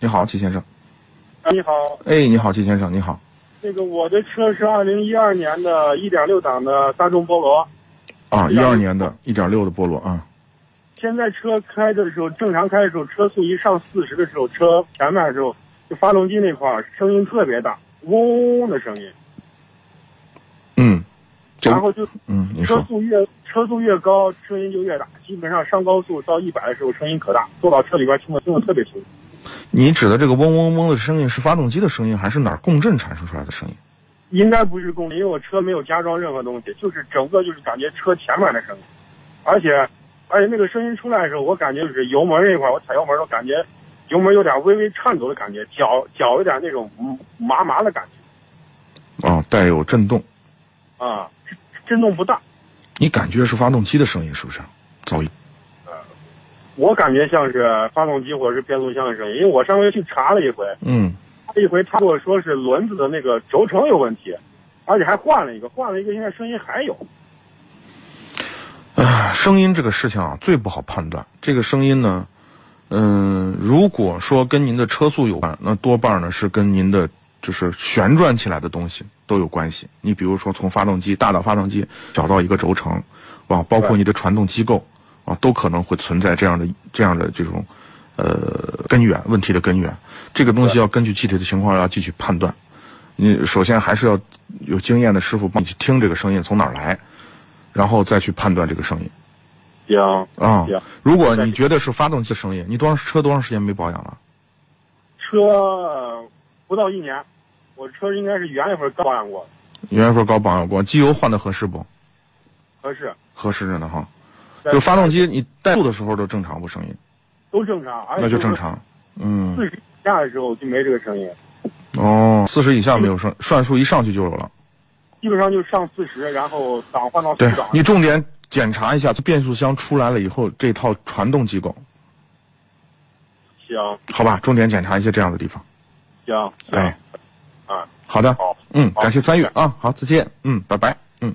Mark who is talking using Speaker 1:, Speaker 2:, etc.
Speaker 1: 你好，季先生。
Speaker 2: 啊你好，
Speaker 1: 哎，你好，季先生，你好。
Speaker 2: 这个我的车是二零一二年的一点六档的大众菠萝，
Speaker 1: 啊，
Speaker 2: 是
Speaker 1: 一
Speaker 2: 的
Speaker 1: 二年的1.6的菠萝啊，
Speaker 2: 现在车开的时候，正常开的时候，车速一上四十的时候，车前面的时候，就发动机那块儿声音特别大，嗡嗡的声音，
Speaker 1: 嗯，这
Speaker 2: 然后就
Speaker 1: 嗯，你
Speaker 2: 车
Speaker 1: 说
Speaker 2: 速越车速越高，声音就越大，基本上上高速到一百的时候，声音可大，坐到车里边听得听得特别清楚。
Speaker 1: 你指的这个嗡嗡嗡的声音是发动机的声音，还是哪儿共振产生出来的声音？
Speaker 2: 应该不是公里，因为我车没有加装任何东西，就是整个就是感觉车前面的声音，而且而且那个声音出来的时候，我感觉就是油门那块儿，我踩油门我感觉油门有点微微颤抖的感觉，脚脚有点那种嗯麻麻的感
Speaker 1: 啊，带有震动，
Speaker 2: 觉啊，震动不大，
Speaker 1: 你感觉是发动机的声音是不是？噪音
Speaker 2: 我感觉像是发动机或者是变速箱的声音，因为我上回去查了一回，
Speaker 1: 嗯，
Speaker 2: 查了一回他跟我说是轮子的那个轴承有问题，而且还换了一个，换了一个现在声音还有，
Speaker 1: 啊，声音这个事情啊，最不好判断。这个声音呢，嗯、如果说跟您的车速有关，那多半呢是跟您的就是旋转起来的东西都有关系。你比如说，从发动机大到发动机，小到一个轴承，啊，包括
Speaker 2: 对
Speaker 1: 你的传动机构，啊，都可能会存在这样的这样的这种，呃，根源问题的根源。这个东西要根据具体的情况要继续判断。你首先还是要有经验的师傅帮你去听这个声音从哪儿来，然后再去判断这个声音。
Speaker 2: 行，
Speaker 1: 啊
Speaker 2: 行，
Speaker 1: 如果你觉得是发动机的声音，你多长车多长时间没保养了？
Speaker 2: 车呃不到一年，我车应该是元月份刚保养过的。
Speaker 1: 元月份搞保养过，机油换的合适不？
Speaker 2: 合适，
Speaker 1: 合适着呢哈。
Speaker 2: 但
Speaker 1: 就发动机你怠速的时候都正常不声音，
Speaker 2: 都正常，而且
Speaker 1: 那就正。常。嗯，
Speaker 2: 四十以下的时候就没这个声音，
Speaker 1: 哦，四十以下没有声，转速一上去就有了。
Speaker 2: 基本上就上四十，然后档换到四
Speaker 1: 对
Speaker 2: 档。
Speaker 1: 你重点检查一下，变速箱出来了以后这套传动机构，
Speaker 2: 行
Speaker 1: 好吧？重点检查一些这样的地方。
Speaker 2: 行，
Speaker 1: 哎，
Speaker 2: 啊，
Speaker 1: 好的，
Speaker 2: 好，
Speaker 1: 嗯，
Speaker 2: 好
Speaker 1: 感谢参与啊，好，再见，嗯，拜拜，嗯。